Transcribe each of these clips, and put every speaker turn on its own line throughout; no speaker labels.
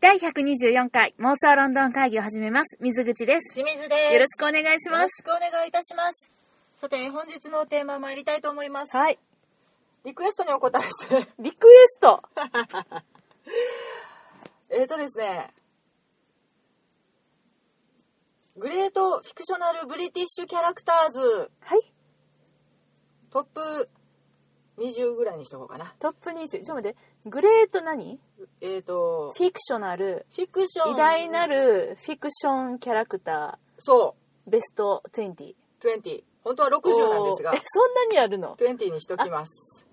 第124回妄想ロンドン会議を始めます。水口です。
清水です。
よろしくお願いし
よ
ま
ろ
す
し。くお願いいたします。さて、本日のテーマ参りたいと思います。
はい。
リクエストにお答えして。
リクエスト。
えーとですね。グレートフィクショナルブリティッシュキャラクターズ
はい。
トップ20ぐらいにしとこうかな。
トップ20。ちょっと待って。グレート何
えーと、
フィクショナル。
フィクション。
偉大なるフィクションキャラクタ
そ
ーベスト20。
う、20。本当は60なんですが
おーえ、そんなにあるの
20にしときます。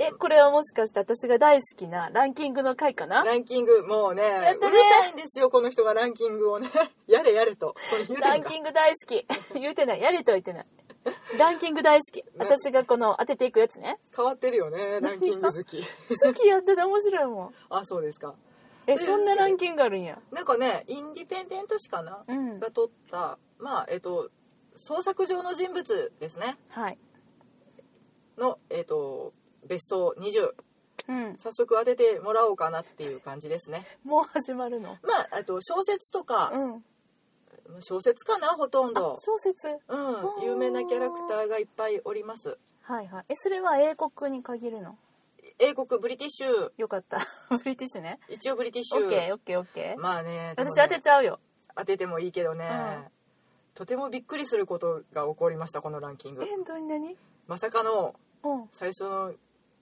え、これはもしかして私が大好きなランキングの回かな
ランキング、もうね、
やってね
うるさいんですよ、この人がランキングをね。 やれやれと。それ言うてんか
ランキング大好き。 言うてない。やれとは言ってない。ランキング大好き。私がこの当てていくやつね。
変わってるよねランキング好き
好きやってて面白いもん。
あそうですか
え、そんなランキングあるんや。
なんかねインディペンデント誌かな、
うん
が撮ったまあえっ、と創作上の人物ですね
はい。
のえっ、とベスト20
うん。
早速当ててもらおうかなっていう感じですね
もう始まるの。
まあえっと小説とか、
うん。
小説かなほとん
あ
ど、
小説。
うん、有名なキャラクターがいっぱいおります
はいはい。え、それは英国に限るの
英国ブリティッシュ
よかった。 ブリティッシュね。
一応ブリティッシ
オッケー
ュ
オッケーオッケー。
まあねでも
私
ね
当てちゃうよ。
当ててもいいけどね、
うん
とてもびっくりすることが起こりましたこのランキン
え
グ、
どんなに
まさかの
うん。
最初の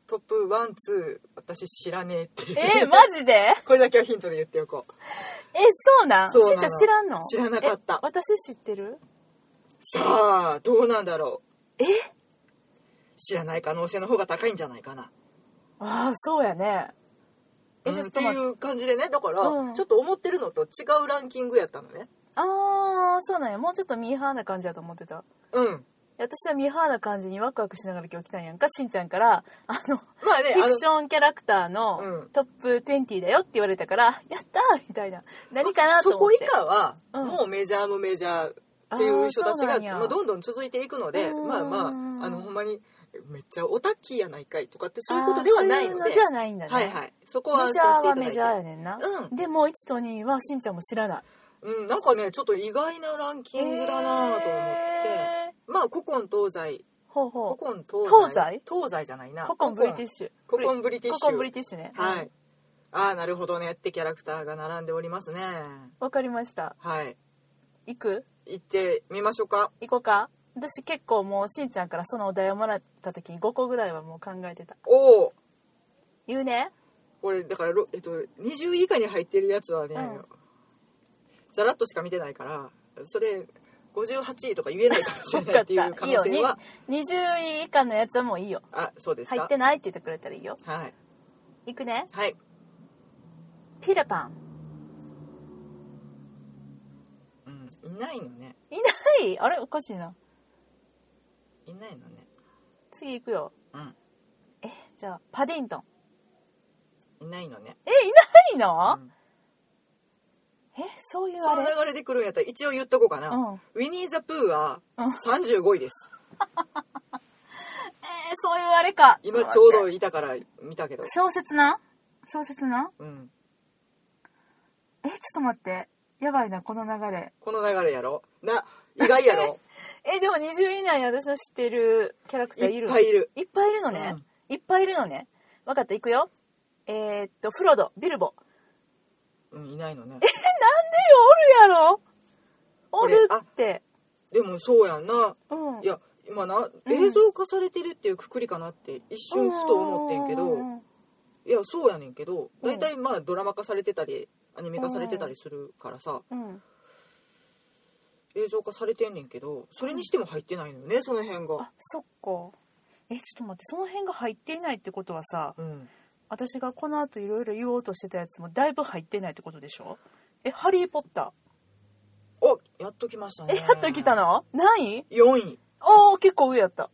トップ12私知らねえっていう
えー、マジでえ、
これだけはヒントで言っておこう
そうなん
そうな
し
の
んちゃん知らんの
知らなかった
え私知ってる
さあどうなんだろ
え
う知らない可能性の方が高いんじゃないかな
ああ、そうやね。え、
うん
ちょっ
って
と待
い
って。
う感じでねだから、
うん
ちょっと思ってるのと違うランキングやったのね
ああ、そうなんや。もうちょっとミーハーな感じやと思ってた。
うん
私はミーハーな感じにワクワクしながら今日来たんやんか、しんちゃんから、あの、
まあね
フィ
あ
ク
の
ションキャラクターの
うん
トップ20だよって言われたから、やったーみたいな。何かなと
そ
思っ
こ
て。
以下は、
うん
もうメジャーもメジャーっていう人た
あ
ち
ーそ
が
うなんや
まあ、どんどん続いていくので
うん
まあまああのほんまにめっちゃオタッキーやないかいとかってそういうことではないの
あーそういう
で
のじゃないんだね。
はいはいそこ
メ
は安
ジャーは
心
メ
してい
ジャー
ただ
や
いて
ねんな。
う
でも1と2はしんちゃんも知らない。
うん、なんかねちょっと意外なランキングだなと思って、
へ
まあ古今東西
ーほうほ
古
う。
今東西
東西
じゃないな
ココンブリティッシュ。
古今ブリティッシュ
ココンブリティッシュね。
は。いああなるほどねってキャラクターが並んでおりますね
わかりました。
はい
行く
行ってみましょうか
行こうか。私結構もうしんちゃんからそのお題をもらった時に5個ぐらいはもう考えてた。
おお
言うね。
これだから、ろえっと、20位以下に入ってるやつはね、
うん
ざらっとしか見てないからそれ58位とか言えないかもしれ
よ
ない
か
っ
って
いう
た。
可
いいよ。
能性
に
は
20位以下のやつはもういいよ。
あそうですか
入ってないって言ってくれたらいいよ。
はい
行くね。
はい
ピラパン。
うんいないのね
いないあれおかしいな。
いないのね
次行くよ。
う
え、じゃあ、パディントン。
んいないのね
え、いないの、
うん
えそういう
そ
あ
の
れ
流れで来るんやったら一応言っとこうかな、
うん
ウィニー・ザ・プーは
うん
35位です、
えーそういうあれか
今ちょう
っと
ど
待って
いたから見たけど
小説な小説な
うん
えちょっと待ってやばいなこの流れ
この流れやろな意外や ろ
えでも20位以内に私の知ってるキャラクターい
い
る
っぱいいる
いっぱいいるのね、いっぱいいるのね分かったいくよえー、っとフロドビルボ
うんいないのね
えおるやろおるって
でもそうやんな
うん
いや今な
うん
映像化されてるっていうくくりかなって一瞬ふと思ってんけ
う
ど
んうん
いやそうやねんけど
うん
大体まあドラマ化されてたりアニメ化されてたりするからさ
うんうん
映像化されてんねんけどそれにしても入ってないのよねその辺が
あそっかえちょっと待ってその辺が入っていないってことはさ、
うん
私がこの後いろいろ言おうとしてたやつもだいぶ入ってないってことでしょえ「ハリー・ポッタ
おやっときました
ー」え
ね
やっと来たの何位
4位
おお結構上やった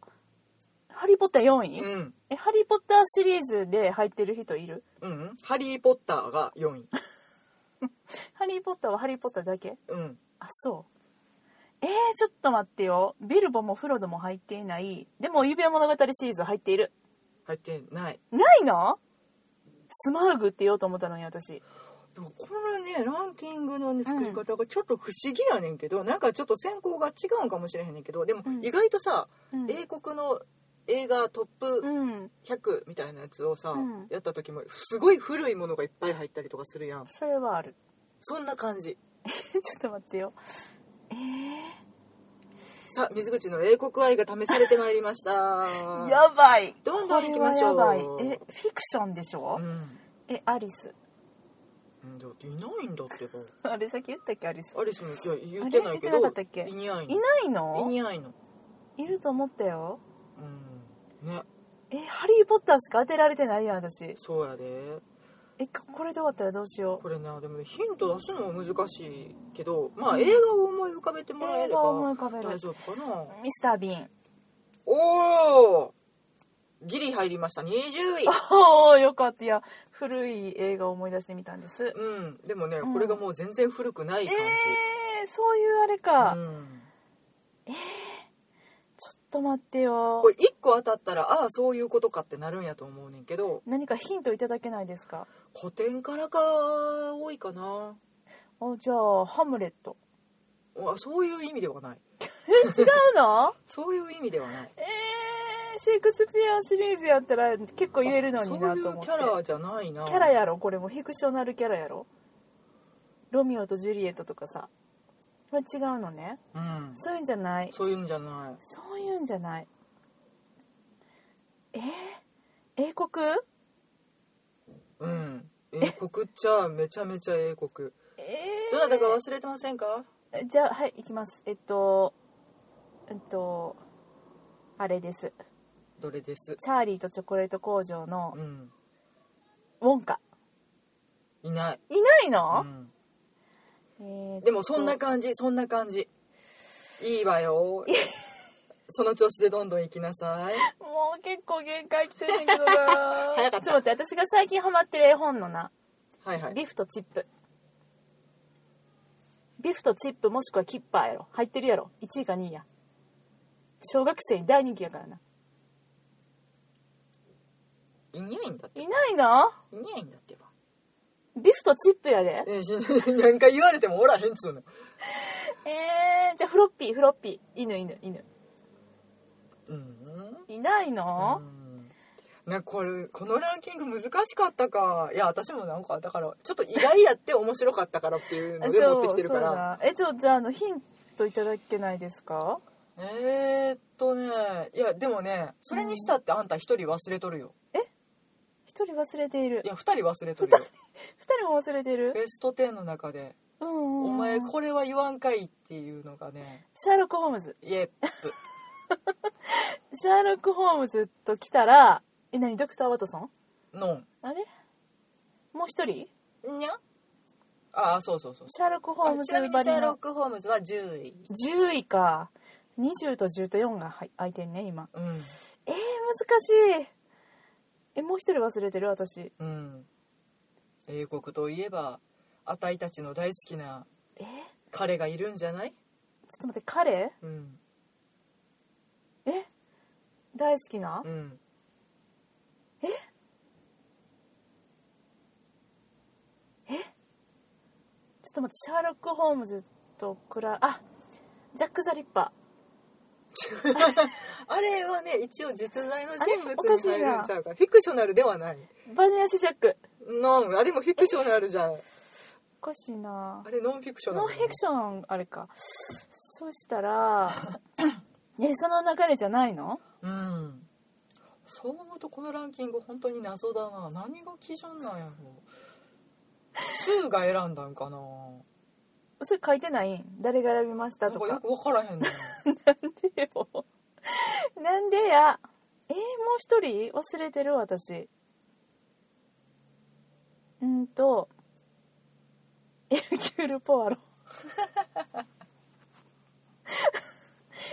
「ハリー・ポッター」4位、
うん
え「ハリー・ポッター」シリーズで入ってる人いる
うんハリー・ポッターが4位
「ハリー・ポッター」は「ハリー・ポッター」だけ
うん
あそうえー、ちょっと待ってよビルボもフロドも入っていないでも指輪物語シリーズ入っている
入ってない
ないのスマウグって言おうと思ったのに私
でもこのねランキングのね作り方がちょっと不思議やねんけど、なんかちょっと選考が違うんかもしれへんねんけどでも
うん
意外とさ、
うん
英国の映画トップ
うん
100みたいなやつをさ、
うん
やった時もすごい古いものがいっぱい入ったりとかするやん
それはある
そんな感
ち
じ
ょっと待ってよえ
さあ水口の英国愛が試されてまいりました
ー、 やばい
どんどん行きましょう
これはやばいえフィクションでしょ
う、ん
えアリス
うんだっていないんだってば
あれさっき言ったっけアリス
アリスもいや言ってないけど
あれ言ってなかったっけ
いない
い
の
ない
い
の
ないの
いると思ったよ
うんね
えハリー・ポッターしか当てられてないやん私
そうやで
えここれで終わったらどうしよう
これねでもねヒント出すのは難しいけどまあ映画を思い浮かべてもらえ
映
れ
画
ば
を思い浮かべ
大
る
丈夫かな
ミスター・ビーン
おおギリ入りました20位
おおよかったいや古い映画を思い出してみたんですえ
うんでもね
うん
これがもう全然古くない
え
感
ー、そういうあれか、
じ
ちょっ
うん
と待ってよ
これ1個当たったらああそういうことかってなるんやと思うねんけど
何かヒントいただけないですか
古典からか多いかな
おじゃあハムレット
あそういう意味ではない
え違う の
そういう意味ではない
えー、シェイクスピアシリーズやったら結構言えるの
そうい
に
う
なと思って
キャラじゃないな
キャラやろこれもフィクショナルキャラやろロミオとジュリエットとかさこれ違うのね
うん
そういうんじゃない
そういうんじゃない
そういうんじゃないえー、英国
うん英国っちゃめちゃめちゃ英国
え
どなたか忘れてませんか
ー、じゃあはい行きますえっとえっとあれです
どれです
チャーリーとチョコレート工場の
うん
ウォンカ
いない、
いないの
う、ん
えーっと
でもそんな感じそんな感じいい わよその調子でどんどん行きなさい
もう結構限界来てるんだけどな
早か
ちょ
った
っと待って私が最近ハマってる絵本のな
はいはい
ビフとチップビフとチップもしくはキッパーやろ入ってるやろ1位か2位や小学生に大人気やからない
ないんだって
いないの
いないんだってば
ビフとチップやで
えし何回言われてもおらへんっつうの
えー、じゃあフロッピーフロッピー犬犬犬
うん
いないの、
ね、これこのランキング難しかったかいや私もなんかだからちょっと意外やって面白かったからっていうので持ってきてるから
そうそうだえちょじゃああのヒントいただけないですか
えー、っとねいやでもねそれにしたってあんた一人忘れとるよ
一人忘れている
いや二人忘れとる
二
よ
人も忘れてる
ベスト10の中で
うん
「
うんう
お
ん
前これは言わんかい」っていうのがね
シャーロック・ホームズ
イエップ
シャーロック・ホームズと来たらえ何ドクター・ワトソン
ノン
あれもう一人
にゃああそうそうそう
シャーロック・ホー
あ
ムズ
ちなみ
ば
にシ
り
ャーロッ
の
ク・ホームズは10位
10位か20と10と4がはい空いてんね今
うん
えー、難しいえもう一人忘れてる私
うん、英国といえばあたいたちの大好きな
えちょ
彼がいるんじゃない、
っと待って彼
うん
え大好きな
うん、
ちょっと待ってシャーロック・ホームズとくらあジャック・ザ・リッパ
あれはね一応実在の人
あれおか
物
し
に入
いな
るんちゃうかフィクショナルではない
ーバニラシ・ジャック
ノンあれもフィクショナルじゃん
おかしいな
あれノンフィクショナル
ノンフィクションあれかそしたらえその流れじゃないの
うんそう思うとこのランキング本当に謎だな何が基準なんやろスーが選んだんかな
それ書いてないん誰が選びました
なん
と
かよ
か
く分からへんな
でよなんでやえー、もう一人忘れてる私うんとエルキュール・ポ ワロ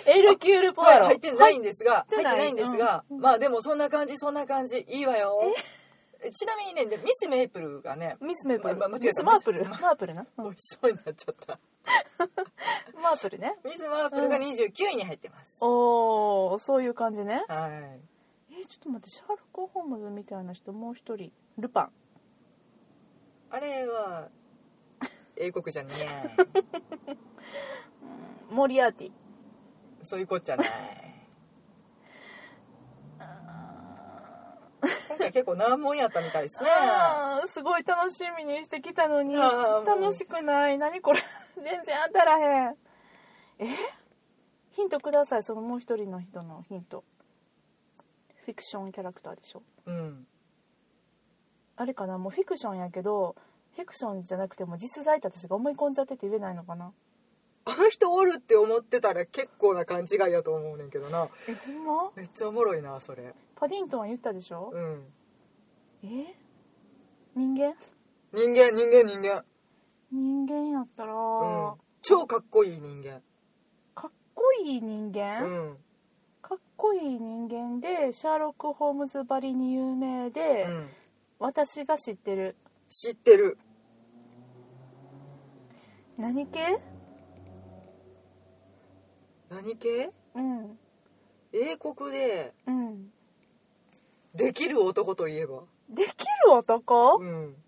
エルキュール・ポワ
はい
ロ、
入ってないんですが、
入っ
入ってて
ない
ないんですが、まあでもそんな感じそんな感じいいわよちなみにねでミス・メイプルがね
ミス・メープル、
まま間違え
ミス・
た
マープルマープルな、うん
美味しそうになっちゃった
マープルね
ミス・マープルが29位に入ってます、
おーそういう感じね
はい
えー、ちょっと待ってシャーロック・ホームズみたいな人もう一人ルパン
あれは英国じゃねえ
モリアーティ
そういうこっちゃない今回結構難問やったみたいですね
あーすごい楽しみにしてきたのに
あーもう
楽しくない何これ 全然当たらへんえヒントくださいそのもう一人の人のヒントフィクションキャラクターでしょ
うん
あれかなもうフィクションやけどフィクションじゃなくても実在って私が思い込んじゃってて言えないのかな
あの人おるって思ってたら結構な勘違いやと思うねんけどな
えほんま
めっちゃおもろいなそれ
パディントンは言ったでしょ
うん
え人間
人間人間人間
人間やったら、
うん超かっこいい人間
かっこいい人間、
うん
かっこいい人間でシャーロック・ホームズばりに有名で、
うん
私が知ってる
知ってる
何系
何系
うん
英国で
うん
できる男といえば
できる男
う、ん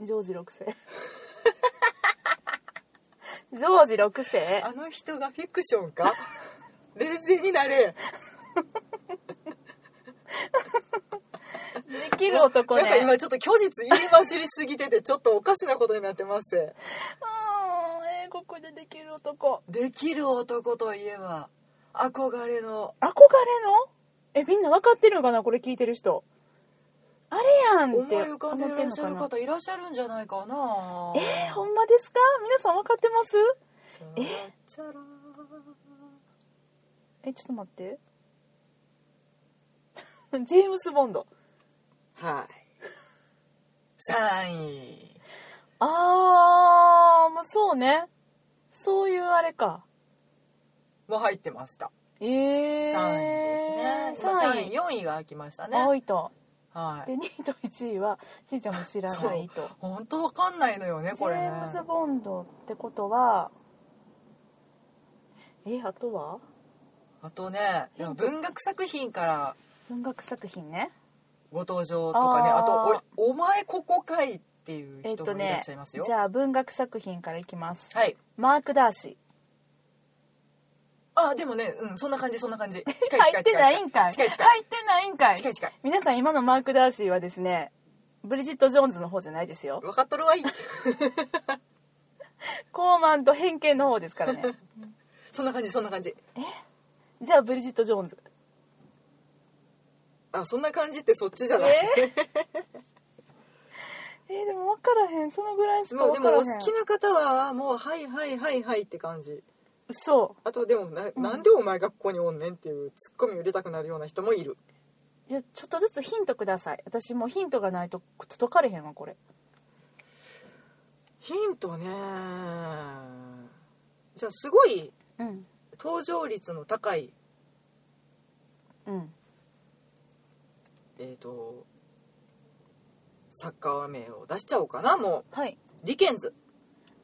ジョージ6世 ジョージ6世
あの人がフィクションか 冷静になれ
できる男
なんか
ね
今ちょっと虚実入り混じりすぎててちょっとおかしなことになってます
あー英国でできる男
できる男といえば憧れの
憧れのえみんな分かってるのかなこれ聞いてる人あれやん
思
っ
い
て
浮かんでいらっしゃる
思って
方いらっしゃるんじゃないかなん
のかなえー、ほんまですか皆さん分かってます
チャラチャラ
えちょっと待って ジェームス・ボンド
はい3位
あーまあそうねそういうあれか
も入ってました
ええー、
3位ですね今
3位
3位4位が開きましたね
青いと
は
で
い
2位と1位はしーちゃんも知らないと
本当わかんないのよね
ジ
これね
ェームズ・ボンドってことはえあとは
あとねいや文学作品から
文学作品ね
ご登場とかね
あー
あとお「お前ここかい」っていう
えっ
人
と
もいら
ね
っしゃいますよ、
じゃあ文学作品からいきます
はい
マーク・ダーシ
あでもねうんそんな感じそん な感じ近い
ー
近
入
い
って
近
ないん
い
かい
近い近い近い
入ってないんかい
近い近い
皆さん今のマーク・ダーシーはですねブリジット・ジョーンズの方じゃないですよ
分かっとるわい
高慢と偏見の方ですから ね
そんな感じそんな感じ
じゃあブリジット・ジョーンズ
あそんな感じってそっ ちじゃない、
えー、でも分からへんそのぐらいしか
もう
分か
でも
らへ
お
ん
好きな方はもうはいはいはいはいって感じ
そ
あとでもな,、ん、なんでお前がここにおんねんっていうツッコミを入れたくなるような人もいる
うじゃあちょっとずつヒントください私もうヒントがないと解かれへんわこれ
ヒントねじゃあすごい
うん
登場率の高い
うん
えー、と作家名を出しちゃおうかなも
はいう
ディケンズ、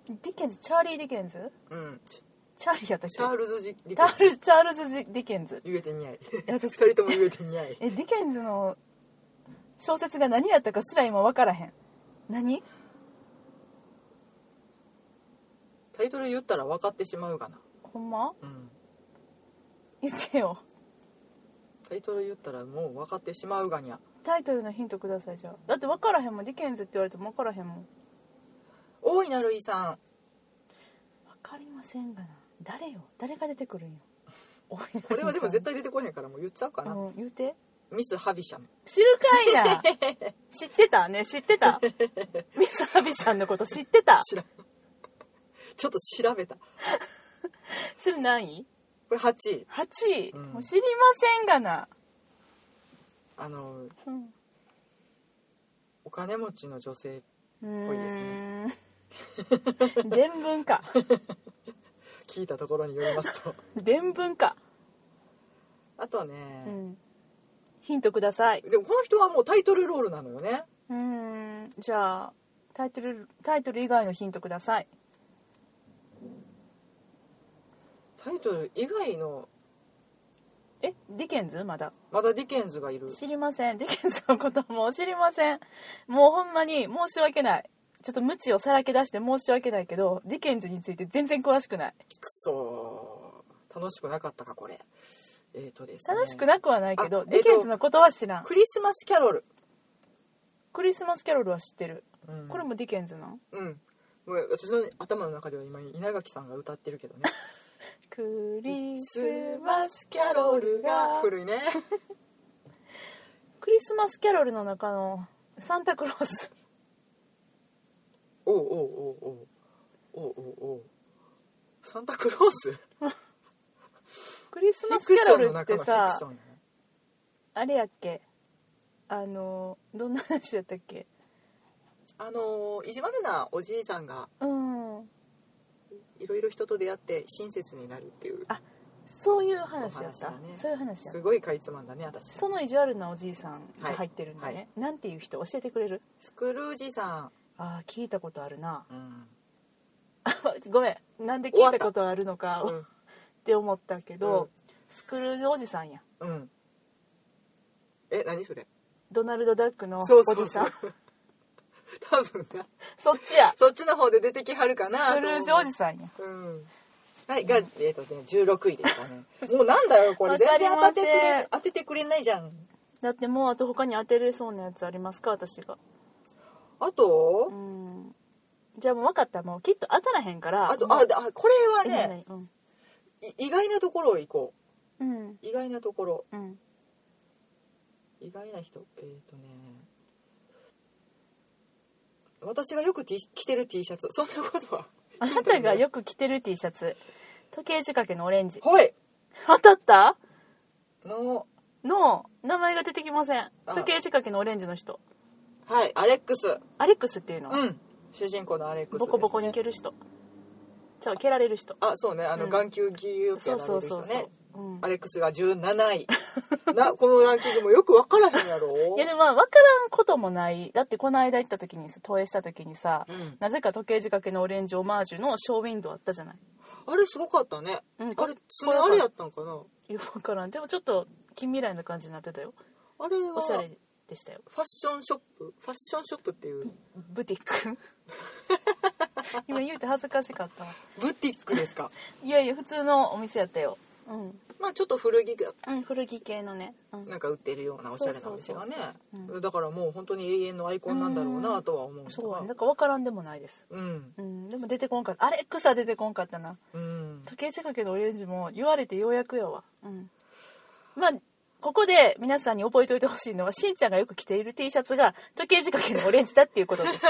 ディケンズチャーリー・ディケンズ
うん、
チャーリーやったっけ
チャールズ・ジディ
チャ
ケン
ー
ズ
ルチャールズジ・ディケンズ
言えてにゃい
いや
二
私
人とも言えてにゃい
えディケンズの小説が何やったかすら今分からへん何
タイトル言ったら分かってしまうがな、
ほんま
うん、
言ってよ
タイトル言ったらもう分かってしまうがにゃ
タイトルのヒントくださいじゃあだって分からへんもんディケンズって言われても分からへんもん
大いなる遺産
分かりませんがな誰よ誰が出てく るんよおい
これはでも絶対出てこへんからもう言っちゃうかな、
うん、言うて
ミス・ハビシャム
知るかいな 知ってたね知って たミス・ハビシャンのこと知って た
知らん ちょっと調べたこ
それ何位
れ8位
?8 位、
うん
もう知りませんがな、
あの
うん
お金持ちの女性
うーん
ぽいです
伝聞か
聞いたところによります と
伝聞か、
あとね、
うん、ヒントください
でもこの人はもうタイトルロールなのよね
うーんじゃあタイトルタイトル以外のヒントください
タイトル以外の
えディケンズまだ
まだディケンズがいる
知りませんディケンズのこともう知りませんもうほんまに申し訳ないちょっと無知をさらけ出して申し訳ないけどディケンズについて全然詳しくない
くそー楽しくなかったかこれえー、とですね
楽しくなくはないけ
あ
ど
えっと
ディケンズのことは知らん
クリスマスキャロル、
クリスマスキャロルは知ってる
うん
これもディケンズなん
うんもう私の頭の中では今稲垣さんが歌ってるけどね
クリ
「
スマ
マスキャロル
が
古い ね
クリスマスキャロルの中のサンタクロース
おうおうおうおうおうおうおうサンタクロースフ
クリスマ
ィ
スキ
ク
ャ
ショ
ロルっ
ンの中
て
のフィク
さ
ションね
あれやっけあのどんな話やったっけ
あのー意地悪なおじいさんが
うん
いろいろ人と出会って親切になるっていう
あそういう話やっ
お
た、
話だね
そういう話や
す
った
ごいかいつまんだね私
その意地悪なおじいさん
は
が
い
入ってるんだね、なんていう人教えてくれる
スクルージさ
ああ聞いたことある な
ん、うん
ごめんなんで聞いたことあるのか
う
っ
ん
て思ったけど、
うん
スクルージおじさんや
うん、え何それ
ドナルド・ダックのおじさんそ
そ
う
そうそう 多分な
っち や
そっちの方で出てきはるか
ス
なと
ク
思
ル
う
ージおじさんや
うんはいが、えっとね、16位でし たねもうなんだよこれ
わ
全
かり
然当
ま
た
せ
っ
ん
てくれ当ててくれないじゃん
だってもうあと他に当てれそうなやつありますか私が
あと
う、んじゃあもう分かったもうきっと当たらへんから
あとあであこれは
え何
ね
々うん
い意外なところを行こ
うん
う意外なところ
うん
意外な人えっ、とね私がよく T 着てる T シャツそんなことは
あなたがよく着てる T シャツ時計仕掛けのオレン ジ
はい
当たった
の
の名前が出てきません
あ
時計仕掛けのオレンジの人
はいアレックス
アレックスっていうの、
うん主人公のアレックスです
ボ
ね、
コボコに蹴る人じゃあ蹴られる人
あそうねあの、
うん
眼球ギューって
そ
や
う
られ
そ
る
うそ
人
う
ね
そう、うん
ア、レックスが17位なこのランキングもよく分からへんやろ
いやでもまあ分からんこともないだってこの間行った時にさ投影した時にさ、
うん
なぜか時計仕掛けのオレンジオマージュのショーウィンドウあったじゃない
あれすごかったね、
うん
あれ爪
こ
あ
れ
れやったんかない
や分からんでもちょっと近未来な感じになってたよ
あれは
おしゃれ
フ
でしたよ
ァッションショップファッションショップっていう
ブティッ ク今言うて恥ずかしかったわ
ブティックで すか
いやいや普通のお店やったようん、
まあちょっと古着が
うん、古着系のね、うん、
なんか売ってるようなおしゃれなお店がね
そうそうそうそうう
だからもう本当に永遠のアイコンなんだろうなとは思うな
そうなんか分からんでもないです
うん
うんでも出てこんかったアレックスは出てこんかったな
うん
時計仕掛けのオレンジも言われてようやくやわうんまあここで皆さんに覚えておいてほしいのはしんちゃんがよく着ている T シャツが時計仕掛けのオレンジだっていうこと です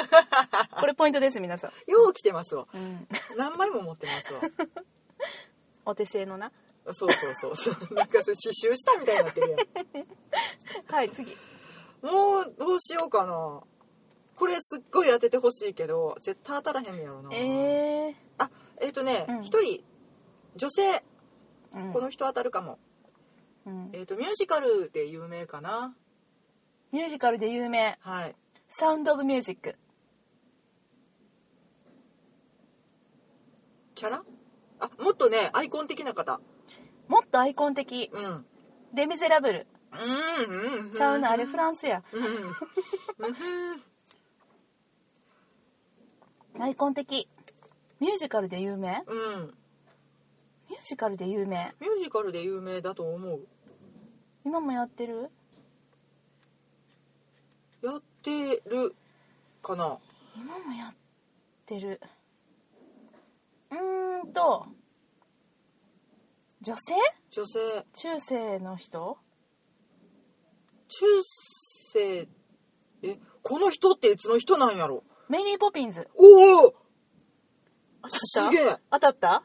これポイントです皆さ
よう着てますわ
ん、 うん、
何枚も持ってますわ
お手製のな
そうそうそうそうなんかそれ刺繍したみたいになってるやん
はい次
もうどうしようかなこれすっごい当ててほしいけど絶対当たらへんのやろな、
え
あえっ、とね
うん
一、人女性
ーうん
この人当たるかも、
うん
えっ、とミュージカルで有名かな
ミュージカルで有名
はい
「サウンド・オブ・ミュージック
キャラあもっとねアイコン的な方」
もっとアイコン的
うんうん
「レ・ミゼラブル
うんうん」
ちゃうなあれフランスや
うんうん
アイコン的ミュージカルで有名
うん
ミュージカルで有名
ミュージカルで有名だと思う
今もやってる
やってるかな
今もやってるうーんと女性
女性
中世の人
中世えこの人っていつの人なんやろ
メリー・ポピンズ
おお
当
す
たっ
げ
た
え
当たった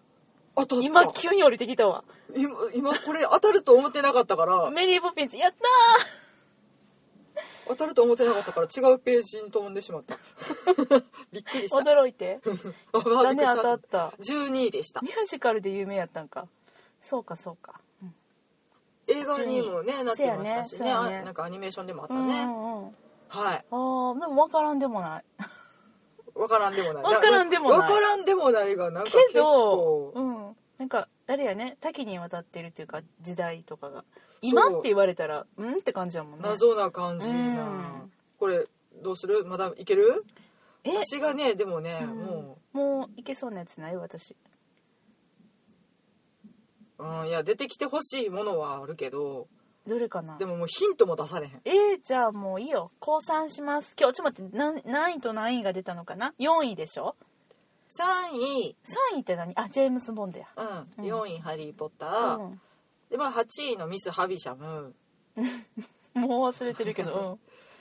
当たった
今急に降りてきたわ
今今これ当たると思ってなかったから
メリー・ポピンズやった
当たると思ってなかったから違うページに飛んでしまった びっくりし
ー
た
驚い て
あびっく
だ
り
ね
した
当たった
12位でした
ミュージカルで有名やったんかそうかそうか、うん
映画にもねなってましたしね
そうやねそうやね
あなんかアニメーションでもあった
う
ね、
んうんうん
は
あ
い
あでも分からんでもない
わからんでもない
わからんでもない
わからんでもないがなんか
け
結
ど
構、
うん、なんかあれやね多岐にわたってるっていうか時代とかが今って言われたらうんって感じやもんね
謎な感じな、
うん
これどうするまだいける
え
私がねでもね、
うん
も
もういけそうなやつない私
う、うん、いや出てきてほしいものはあるけど
どれかな
でももうヒントも出されへん
えー、じゃあもういいよ降参します今日ちょっと待ってなん何位と何位が出たのかな4位でしょ
3位、
3位って何あジェームス・ボンドや
う、
うんん
4位「ハリー・ポッター」
うん
でまあ8位の「ミス・ハビシャム
もう忘れてるけど、」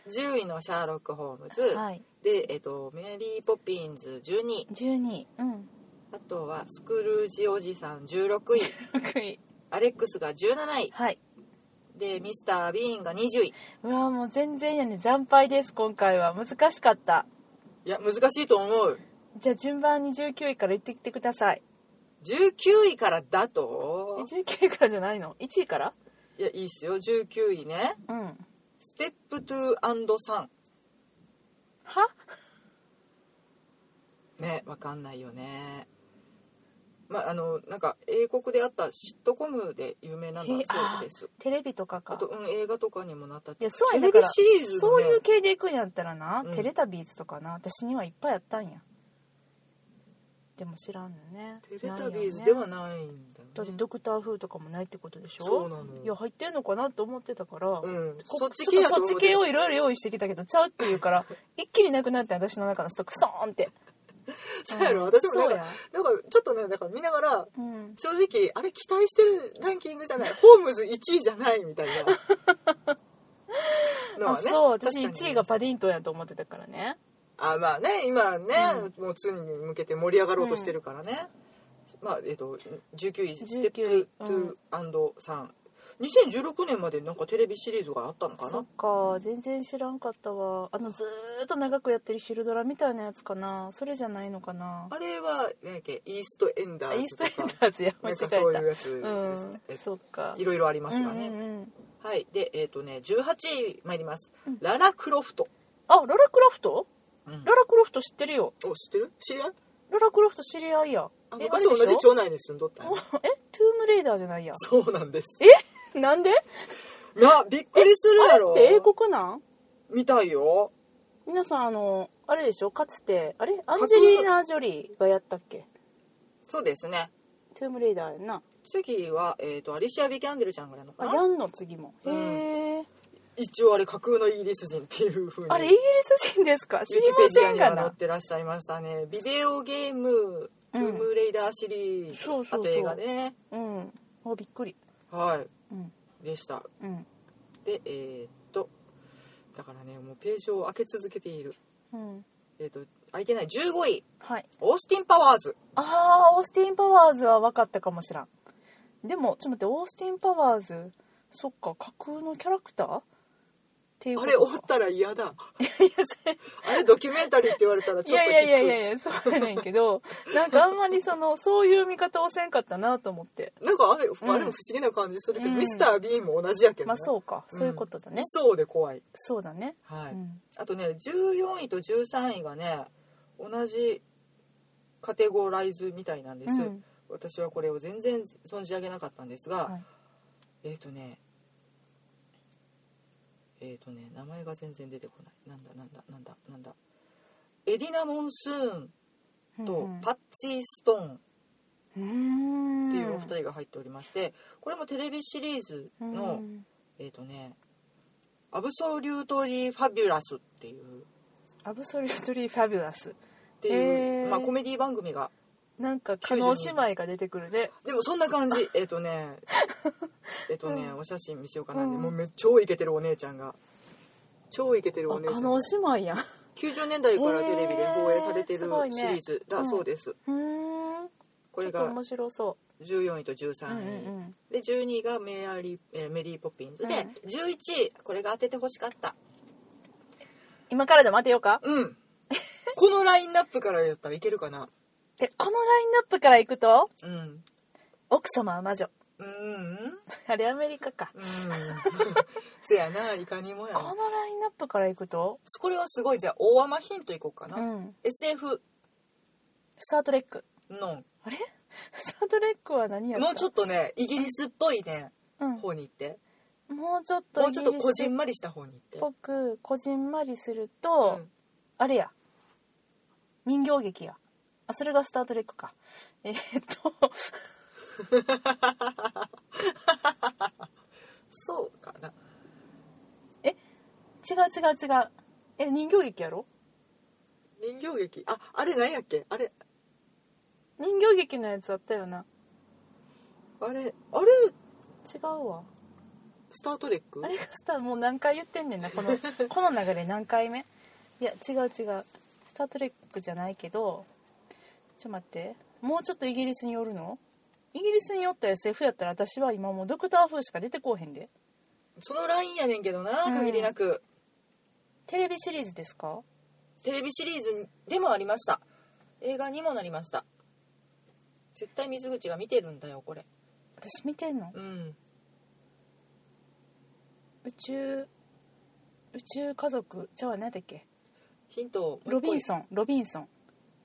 10位の「シャーロック・ホームズ」
うん、はい
で、えっと「メリー・ポピンズ」12位
12位 うん
あとは「スクルージおじさん」16位
6位
アレックスが17位
はい
でミスター・ビーンが20位
うわもう全然やね惨敗です今回は難しかった
いや難しいと思う
じゃあ順番に19位から言ってきてください
19位からだ
え
と
19位からじゃないの1位から
いやいいっすよ19位ね
うん
「ステップ・トゥ・アンド・サ
は
ン」ねわかんないよねまああのなんか英国であったシットコムで有名なの
へ
は
えあー
そうです
テレビとかか
あと、うん、映画とかにもなった
いやそうや
テ
だ
レ
か
ビ
ら
シリーズ、ね、
そういう系でいくんやったらな、
うん
テレタビーズとかな私にはいっぱいあったんやでも知らんのね
テレタビーズで
ないよね
はないんだよね
だってドクター風とかもないってことでしょ
そうなの
いや入ってんのかなと思ってたから、
うん
こ
そっち系や
ょ
と
っ
思
と
う
そっち系をいろいろ用意してきたけどちゃうって言うから 一気になくなって私の中のストックストーンって
そうやろ私もなんか
そうや
なんかちょっとねだから見ながら
うん
正直あれ期待してるランキングじゃないホームズ1位じゃないみたいなの
あ
はね
そう私
確かに
1位がパディントンやと思ってたからね
あまあね今ね、もう次に向けて盛り上がろうとしてるからね、まあえっと19位ステップ
19
2&3、2016年までなんかテレビシリーズがあったのか
そ
な
っか全然知らんかったわあのずーっと長くやってる昼ドラみたいなやつかなそれじゃないのかな
あれは何やっけイーストエンダ
あイ
ー
ース
ズ
ト
とか
エンダーズや間
な
違
んかそういう
えた
やつですね、
うんそっか
いろいろありますがね、
うんうんうん
はいでえっ、とね18位参ります、ララクロフト、
あララクロフト
うん
ララクロフト知ってるよ
お知ってる知り合い
ララクロフト知り合いや
あ
え
昔
あれで
同
しょ
じ町内に住んどったんや
おえトゥームレイダーじゃ ないや
そうなんです
えなんで
なびっくりするやろ
あれって英国なん
見たいよ
皆さんあのあれでしょかつてあれアンジェリーナ・ジョリーがやったっけ
そうですね
トゥームレイダーやんな
次は、えー、とアリシア・ビキャンデルちゃんがやるのか
あ
な
ヤンの次も
う
へ
ん
え、
一応あれ架空のイギリス人っていうふうに
あれイ
ウ
ギリス人ですか知
ィ
り
キ
ま
ペディ
せ
ア
ん
に
が
は載っ
な
てらっしゃいましたねビデオゲーム「ト
うん
ゥームレイダー」シリーズ、
そうそうそう
あと映画ね
うんおびっくり
は
うん
いでした
うん
でえっとだからねもうページを開け続けている
うん
えっと開いてない15位
はい
オースティン・パワーズ
あーオースティン・パワーズは分かったかもしらんでもちょっと待ってオースティン・パワーズそっか架空のキャラクターっていう
あ
こ
れ
と
終わ
か
ったら 嫌だあれドキュメンタリーって言われたら
い
ちょっ
や
と
い
引
やい
く
やいやいやそうやねんけどなんかあんまりそのそういう見方をせんかったなと思って
なんかあ
ん
れ,、あれも不思議な感じするけど、
うん
ミスター・ビーンも同じやけど、ね
まあそうかそういうことだね
いそうで怖い
そうだね
はい、
うん
あとね14位と13位がね同じカテゴライズみたいなんです、
うん
私はこれを全然存じ上げなかったんですが、
はい
えっ、とねえっ、とね名前が全然出てこないなんだなんだなんだなんだエディナ・モンスーンとパッツィ・ストー
う
ン
ん
っていうお二人が入っておりまして、これもテレビシリーズの、
うん
えっ、とね「アブソリュートリー・ファビュラス」っていう
アブソリュートリー・ファビュラス
っていう、
へー
まあ、コメディ番組が
なんか加納姉妹が出てくるね
でもそんな感 じえっとねえっとね、お写真見せようかな、
うん
もうめっちゃ超イケてるお姉ちゃんが超イケてる
あ
お姉ちゃ
加
ん
納
が
姉妹やん
90年代からテレビで放映されて
へーす
る
ごいね
シリーズだそうです、
うーん
これ
ちょっと
が
面白そ
14位と
う、
13
うんう
位、
んうん、
で12位がメアリー、えーメリー・ポピンズで、
うん
11位これが当ててほしかった
今からでも当てようか
うん このラインナップからやったらいけるかな
えこのラインナップからいくと
うん
奥様は魔女
うんうん
あれアメリカか
うんせやないかにもや
こ
な
のラインナップからいくと
これはすごいじゃあ大雨ヒントいこうかな、
うん
SF
スタートレック
の
あれスタートレックは何やった
もうちょっとねイギリスっぽいね
うん
方に行って
もうちょっと
もうちょっとこじん
っ
まりした方に行って
ぽくこじんまりすると、
うん
あれや人形劇やあそれが「スター・トレックか」えーっと
そうかな
違う違う違うえ人形劇やろ
人形劇ああれ何やっけあれ
人形劇のやつあったよな
あれあれ
違うわ
スター・トレック
あれがスターもう何回言ってんねんなこのこの流れ何回目いや違う違う「スター・トレック」じゃないけどちょっと待ってもうちょっとイギリスに寄るのイギリスに寄った SF やったら私は今もうドクター風しか出てこうへんで
そのラインやねんけどな
うん
限りなく、
テレビシリーズですか
テレビシリーズでもありました映画にもなりました絶対水口が見てるんだよこれ
私見てんの
うん
宇宙宇宙家族ちゃうわ何だっけ
ヒントをもう一個
ロビンソンロビンソン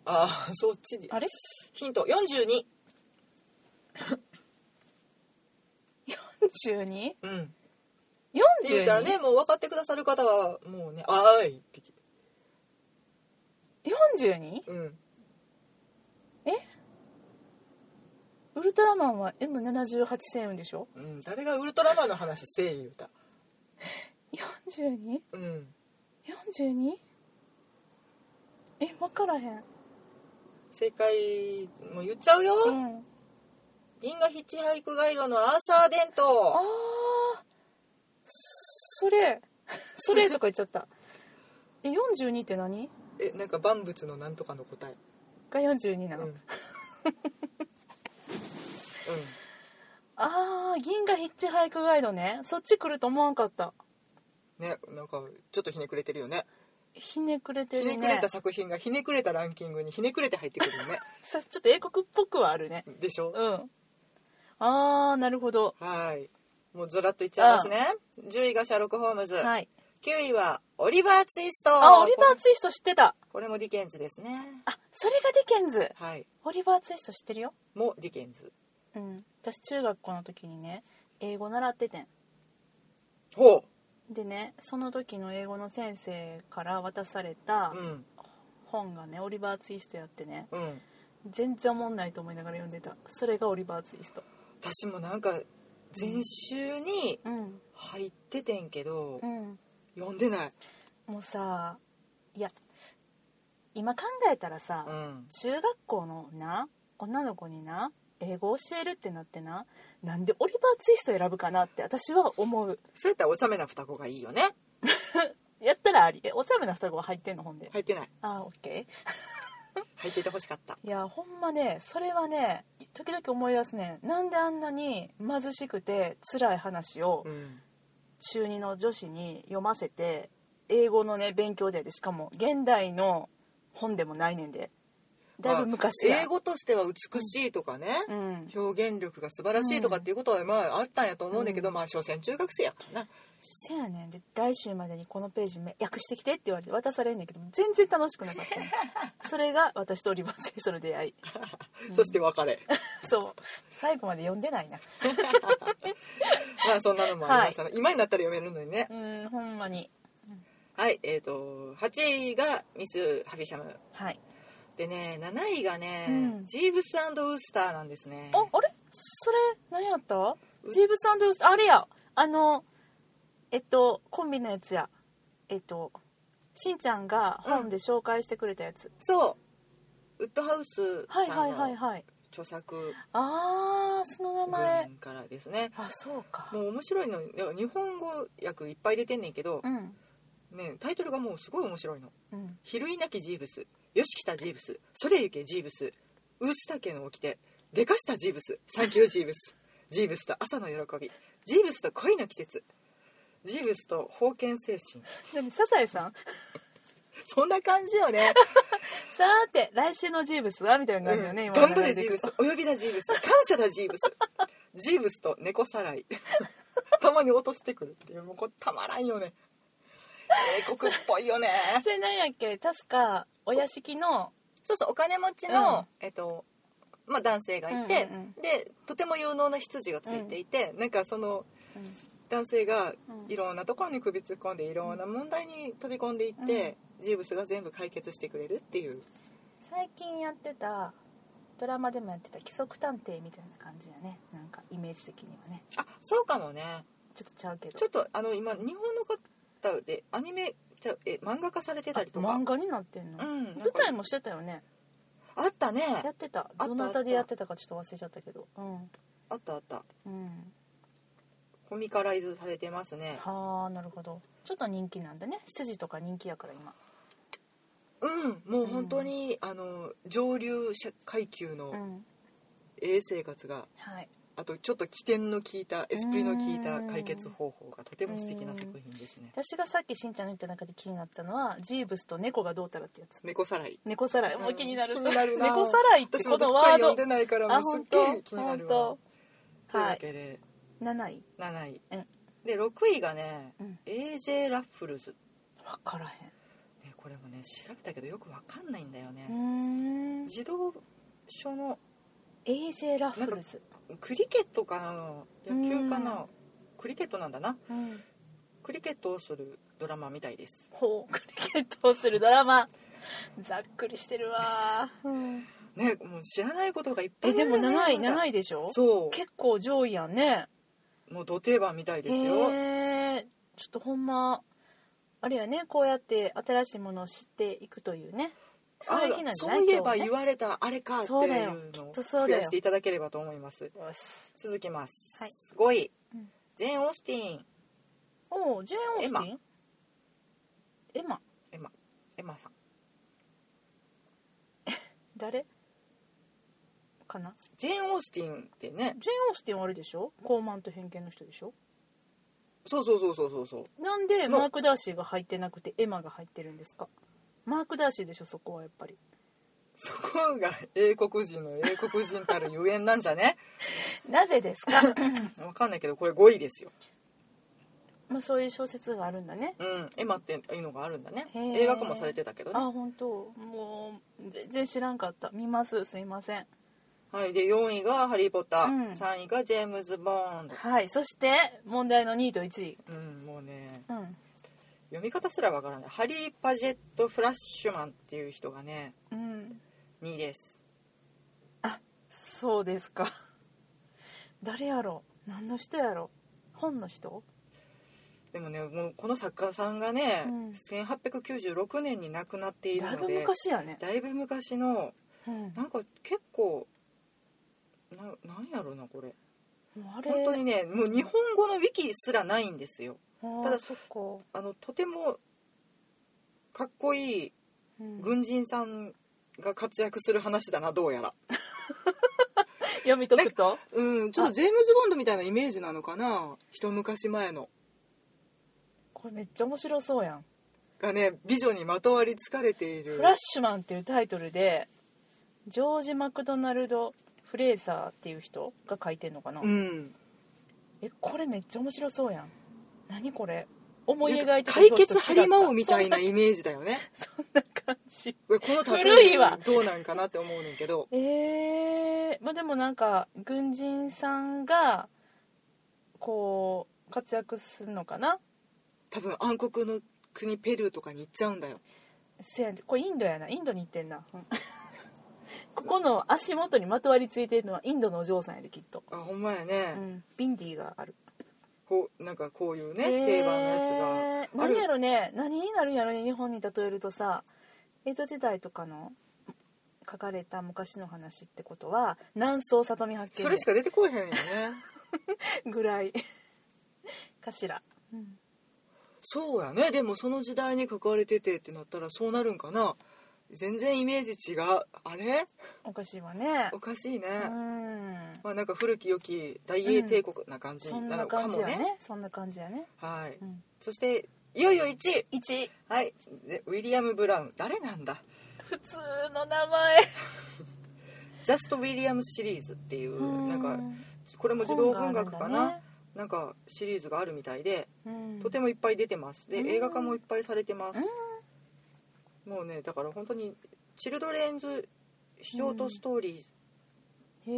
ああそっちで
あれ
ヒント42
12?42?
うんって言ったらねもう分かってくださる方はもうね「あーい」って、
42?
うん、
ウルトラマンは M78 星雲でしょ
うん、誰がウルトラマンの話せえ言うた
42?42?
うん
え分からへん
正解もう言っちゃうよ、
うん
銀河ヒッチハイクガイドのアーサー・デント
あーそれそれとか言っちゃった え42って何
えなんか万物のなんとかの答え
が42な
うん、
の、
うん、
あー銀河ヒッチハイクガイドねそっち来ると思わんかった
ねなんかちょっとひねくれてるよね
ひねくれて
ひ
るね
ねくれた作品がひねくれたランキングにひねくれて入ってくるよね
さちょっと英国っぽくはあるね
でしょ
うんあーなるほど
はーいもうずらっといっちゃいますね10位がシャーロック・ホームズ、
はい
9位はオリバー・ツイスト
あオリバ
こ
ー・ツイスト知ってた
れこれもディケンズですね
あそれがディケンズ
はい
オリバー・ツイスト知ってるよ
もディケンズ
うん私中学校の時にね英語習っててん
ほ
でねその時の英語の先生から渡された
うん
本がねオリバー・ツイストやってね
うん
全然おもんないと思いながら読んでたそれがオリバー・ツイスト
私もなんか前週に
うん
入っててんけど、
うん
読んでない
もうさいや今考えたらさ、
うん
中学校のな女の子にな英語教えるってなってななんでオリバー・ツイスト選ぶかなって私は思う
そうやったらお茶目な双子がいいよね
やったらありえお茶目な双子は入ってんのほんで、
入ってない
ああオッケ
入っててほしかった
ーいやほんまねそれはね時々思い出すねんなんであんなに貧しくて辛い話を
ん
中2の女子に読ませて英語のね勉強でやでしかも現代の本でもないねんでだいぶ昔
まあ
や
英語としては美しいとかね、
うん
表現力が素晴らしいとかっていうことはまああったんやと思うんだけど、まあ所詮中学生やからな
せやねんで来週までにこのページめ訳してきてって言われて渡されんねんけど全然楽しくなかったの それが私とオリバー・ツイストの出会い
そして別れ
そう最後まで読んでないな
まあそんなのもありましたね、今になったら読めるのにね
うんほんまに
はいえっ、と8位がミス・ハフィシャム
はい
でね7位がね、
うん
ジーブスウースターなんですね
ああれそれ何やったジーブスウスあれやあのえっとコンビのやつやえっとしんちゃんが本で紹介してくれたやつ、
そうウッドハウス
はい
さ
は
ん
いはい
の
はい
著作
あーその名前、
文からですね
あそうか
もう面白いのいや日本語訳いっぱい出てんねんけど
う、ん
ね、タイトルがもうすごい面白いの
うん
「比類なきジーブス」「よしきたジーブス」「それゆけジーブス」「ウースタ家の掟」「でかしたジーブス」「サンキュージーブス」「ジーブスと朝の喜び」「ジーブスと恋の季節」「ジーブスと封建精神
何サザエさん」
そんな感じよね
さーて来週のジーブスはみたいな感じよね、
うん
今の
頑張れ
流で
ジ
い
ー
く
ブ
と
スお呼びだジーブス感謝だジーブスジーブスと猫 さらいたまに落としてくるっていうもうこれたまらんよね英国っぽいよね
それなんやっけ確かお屋敷の
そうそうお金持ち
うん
の、えっとまあ、男性がいて、
うんうん
でとても有能な羊がついていて、なんかその
うん
男性が
うん
いろんなところに首突っ込んでいろんな問題に飛び込んでいって、ジーブスが全部解決してくれるっていう
最近やってたドラマでもやってた規則探偵みたいな感じやねなんかイメージ的にはね
あそうかもね
ちょっとちゃうけど
ちょっとあの今日本の方でアニメじゃえ漫画化されてたりとか
漫画になってんの、
うんなんか
舞台もしてたよね
あったね
やってた
た
どなたでやってたかちょっと忘れちゃったけどうん
あったあった
うん
コミカライズされてますね
はあなるほどちょっと人気なんでね執事とか人気やから今
うんもう本当に、あの上流社階級
う
の
ん
ええ生活が、
はい
あとちょっと起点の効いたエスプリの効いた解決方法がとても素敵な作品ですね
私がさっきしんちゃんの言った中で気になったのはジーブスと猫がどうたらってやつ
猫さらい
猫さらいもう気になる,、
うん気になるな
猫さらいって
私
こ
もど
の
っか
ワー
り読ん
ド
でないからも
あ
うすっ
本
げ
当
え気にな
本
る
当
わという
は
わ
い
けで
7位
7位、
うん
で6位がね、
うん
AJ ラッフルズ、
分からへん
ね、これもね調べたけどよくわかんないんだよね、
うーん
児童書の
AJ ラフルズ、
クリケットかな野球かな、
うん
クリケットなんだな
うん、
クリケットをするドラマみたいです
ほうクリケットをするドラマざっくりしてるわ、うん
ねもう知らないことがいっぱい
え
ある
でも
ね
7位
なんか
7位でしょ
そ
結構上位やんね
うもう土定番みたいですよ、
へえちょっとほんまあれやねこうやって新しいものを知っていくというねそういう日なんじゃ
あ
ない
そういえば
今日
言
はね
われたあれかってい
そうだよ
うの
き
を
っとそうだ
増
よ
やしていただければと思います
よし
続きます、
はい
5位、
うん
ジェーン・オースティン
おおジェーン・オースティンエマ
エマエマさん
誰かな
ジェーン・オースティンってね
ジェーン・オースティンはあれでしょ傲慢と偏見の人でしょ
そうそうそうそうそうそう
なんで
の
マーク・ダーシーが入ってなくてエマが入ってるんですかマーク・ダーシーでしょそこはやっぱり
そこが英国人の英国人たるゆえんなんじゃね
なぜですか
わかんないけどこれ5位ですよ
まあそういう小説があるんだね
うんエマっていうのがあるんだね
へー
映画化もされてたけどね
あ本当もう全然知らんかった見ますすいません
はいで4位が「ハリー・ポッター」
うん
3位がジェームズ・ボーンド
はいそして問題の2位と1位
うんもうね
うん
読み方すらわからないハリー・パジェット・フラッシュマンっていう人がね
うん
2位です
そうですか誰やろ何の人やろ本の人
でもねもうこの作家さんがね、
うん
1896年に亡くなっている
だい
の
ぶ
で
昔やね、
だいぶ昔の
うん、
なんか結構ななんやろなこれ
もうあれ
本当にねもう日本語のウィキすらないんですよ
た
ただ
そっか、
あのとてもかっこいい
うん
軍人さんが活躍する話だなどうやら
読み解くと
うんちょっとジェームズ・ボンドみたいなイメージなのかな一昔前の
これめっちゃ面白そうやん
がね美女にまとわりつかれてい
「
る
フラッシュマン」っていうタイトルでジョージ・マクドナルド・フレーザーっていう人が書いてんのかな、
うん
えこれめっちゃ面白そうやん何これ思い描いてた
解
表紙と
決
違った
張り魔王みたいなイメージだよね
そんな感じ
これこの例
古
え
いわ
どうなんかなって思うねんけど
えー、まあでもなんか軍人さんがこう活躍するのかな
多分暗黒の国ペルーとかに行っちゃうんだよ
せやんこれインドやなインドに行ってんな ここの足元にまとわりついてるのはインドのお嬢さんやできっと、
あほんまや
う
ね、
ん、ビンディーがある
こうなんかこういうね定番のやつが
えー何やろね何になるんやろね日本に例えるとさ江戸時代とかの書かれた昔の話ってことは南宋里見八
それ
景
しか出てこえへんよね
ぐらい かしら、うん
そうやねでもその時代に書かれててってなったらそうなるんかな全然イメージ違うあれ
おかしいわね
おかしいね、
うん
まあなんか古き良き大英帝国な感じ
そん
な
な
のか
感
も
じや
ね,、
ねそんな感じやね、
はい、
うん、
そしていよいよ1位
1
はいでウィリアム・ブラウン誰なんだ
普通の名前
ジャスト・ウィリアムシリーズっていうなんかこれも児童文学か
本があ
な、
るんだね
なんかシリーズがあるみたいで
うん
とてもいっぱい出てますで
うん
映画化もいっぱいされてますもうねだから本当にチルドレンズショートストーリ
へ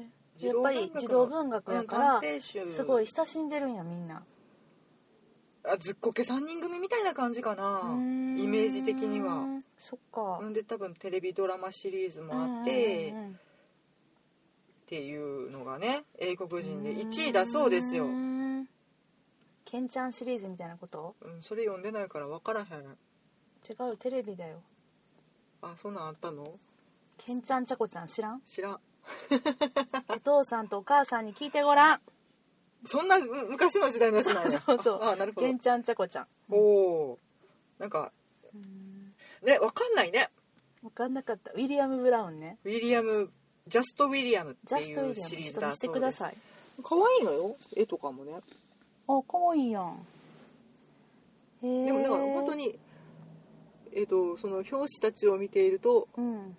え
児
や
童
っ
文
ぱ
学の
り児童文学
ー、う
や
ん
から
短編集
すごい親しんでるんやみんな
あずっこけ3人組みたいな感じかなイメージ的には
そっか
なんで多分テレビドラマシリーズもあって
うんうんうんうん
っていうのがね英国人で1位だそうですよ
う、んケンちゃんシリーズみたいなこと
うん、それ読んでないから分からへん
違うよテレビだよ
あそんなんあったの
ケンちゃんちゃこちゃん知らん
知らん
お父さんとお母さんに聞いてごらん
そんなむ昔の時代のやつなん や
そうそう
ああなるほど
ケンちゃんちゃこちゃん
おおーなんかね分かんないね
分かんなかったウィリアム・ブラウンね
ウィリアムジャスト・ウィリアムっ
ジ
て
ャス
い
ト・ウィ
う
リアム
シリー
ちょっ
ズ
と
だ
見して
そ
く
う
だ
です
さい
可愛いのよ絵とかもね
あかわいいやんへえ
でもだから本当にえっ、とその表紙たちを見ていると
うん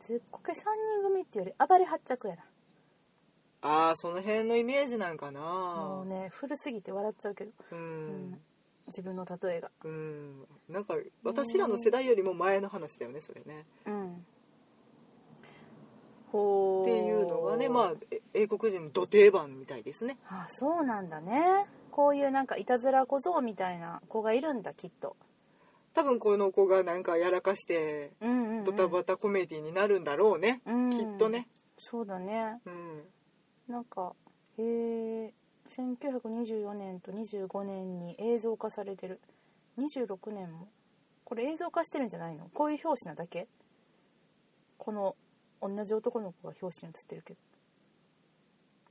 ずっこけ3人組っていうより暴れ発着やな
ああその辺のイメージなんかな
もうね古すぎて笑っちゃうけど
うん、
自分の例えが
うん、なんか私らの世代よりも前の話だよねそれね
うんほ
っ
う
ていうのがねまあえ英国人の土定番みたいですね
ああそうなんだねこういうなんかいたずら小僧みたいな子がいるんだきっと
多分この子がなんかやらかして
うんうん、うん、
ドタバタコメディになるんだろうね、
うん
きっとね
そうだね
うん
なんかへえ1924年と25年に映像化されてる26年もこれ映像化してるんじゃないのこういう表紙なだけこの同じ男の子が表紙に写ってるけ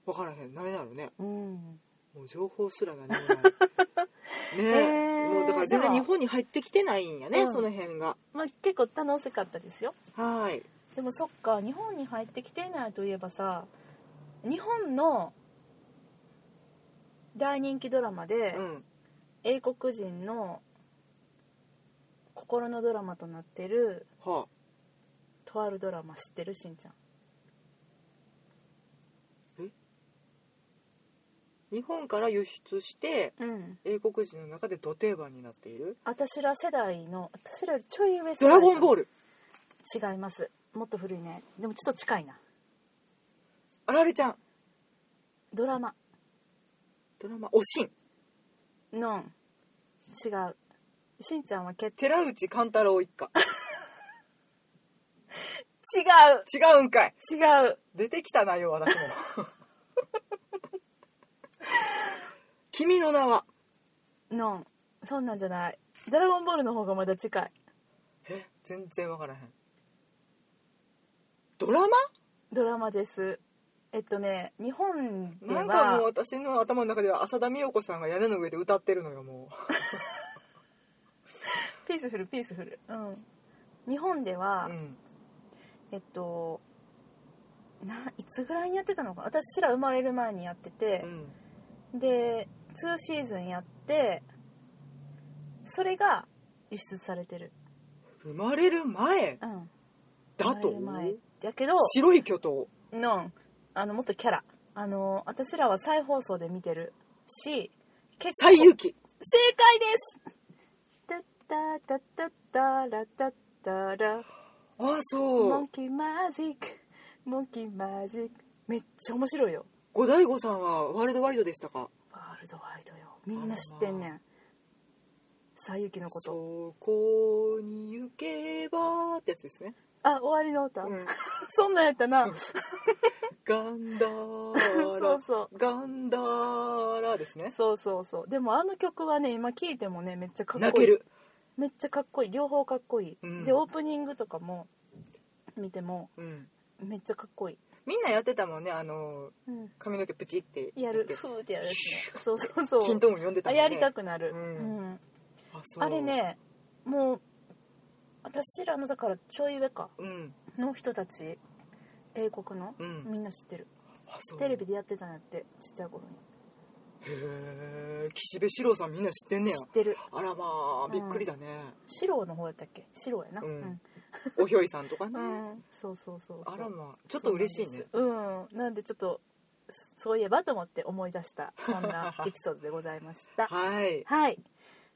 分からへん何やろうね
どうん
もう情報すらが ねね
へー
もうだから全然日本に入ってきてないんやね、
うん
その辺が
まあ結構楽しかったですよ
はい
でもそっか日本に入ってきていないといえばさ日本の大人気ドラマで、
うん
英国人の心のドラマとなってる
は
とあるドラマ知ってるしんちゃん
あ日本から輸出して
うん
英国人の中で土定番になっている
私ら世代の私らよりちょい上世代
ドラゴンボー
ル
ル
違いますもっと古いねでもちょっと近いな
あられちゃん
ドラマ
ドラマおしん
のん違うしんちゃんは決定
寺内貫太郎一家
違う
違うんかい
違う
出てきたなよ私も 君の名は
のんそんなんじゃないドラゴンボールの方がまだ近い
え全然わからへんドラマ
ドラマですえっとね日本で
な
は
んかもう私の頭の中では浅田美代子さんが屋根の上で歌ってるのよも
ピースフルピースフルうん日本で
う、
は、
うん、
えっとないつぐらいにやってたのか私ら生まれる前にやってて
う、ん
で2シーズンやってそれが輸出されてる
生まれる前
うん
だと
生まれる前やけど
白い巨頭
のんあのもっとキャラあの私らは再放送で見てるし結構
西遊記
正解ですタッタタタタラタタラ
ああそ
モ
う
ンキーマジックモンキーマジックめっちゃ面白いよ
五醍醐さんはワールドワイドでしたか
ワールドワイドよみんな知ってんねん西遊記のこと
そこに行けばってやつですね、
あ終わりの歌、
うん
そんなんやったな、
ガンダーラ
そうそう
ガンダーラですね
そうそうそうでもあの曲はね今聴いてもねめっちゃかっこいい
泣ける
めっちゃかっこいい両方かっこいい、
うん
でオープニングとかも見ても
うん
めっちゃかっこいい、
みんなやってたもんねあの
うん、
髪の毛プチって
やる
って
ふーってやるやつねそうそうそう
キントーン読んでた
あ
もん
れ
ね
やりたくなる、
うん
うん
あそう
あれねもう私らのだからちょい上か
うん
の人たち英国の、
うん
みんな知ってる
あそう
テレビでやってたんやってちっちゃい頃に
へえ岸辺四郎さんみんな知ってんねや
知ってる
あらまあびっくりだね、
四郎の方やったっけ四郎やな
う
うんん、
おひょいさんとかね、
うんそうそうそうそう
あらまあちょっと嬉しいね
そうなんですうんなんでちょっと そういえばと思って思い出したそんなエピソードでございました
はい
はい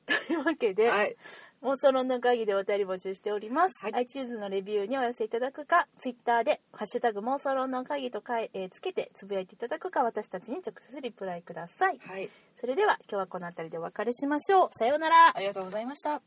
というわけで、
はい
妄想論の会議でお便り募集しております、
はい
iTunes のレビューにお寄せいただくか Twitter で「ハッシュタグ妄想論の会議」とか、えーつけてつぶやいていただくか私たちに直接リプライください
はい
それでは今日はこの辺りでお別れしましょうさようなら
ありがとうございました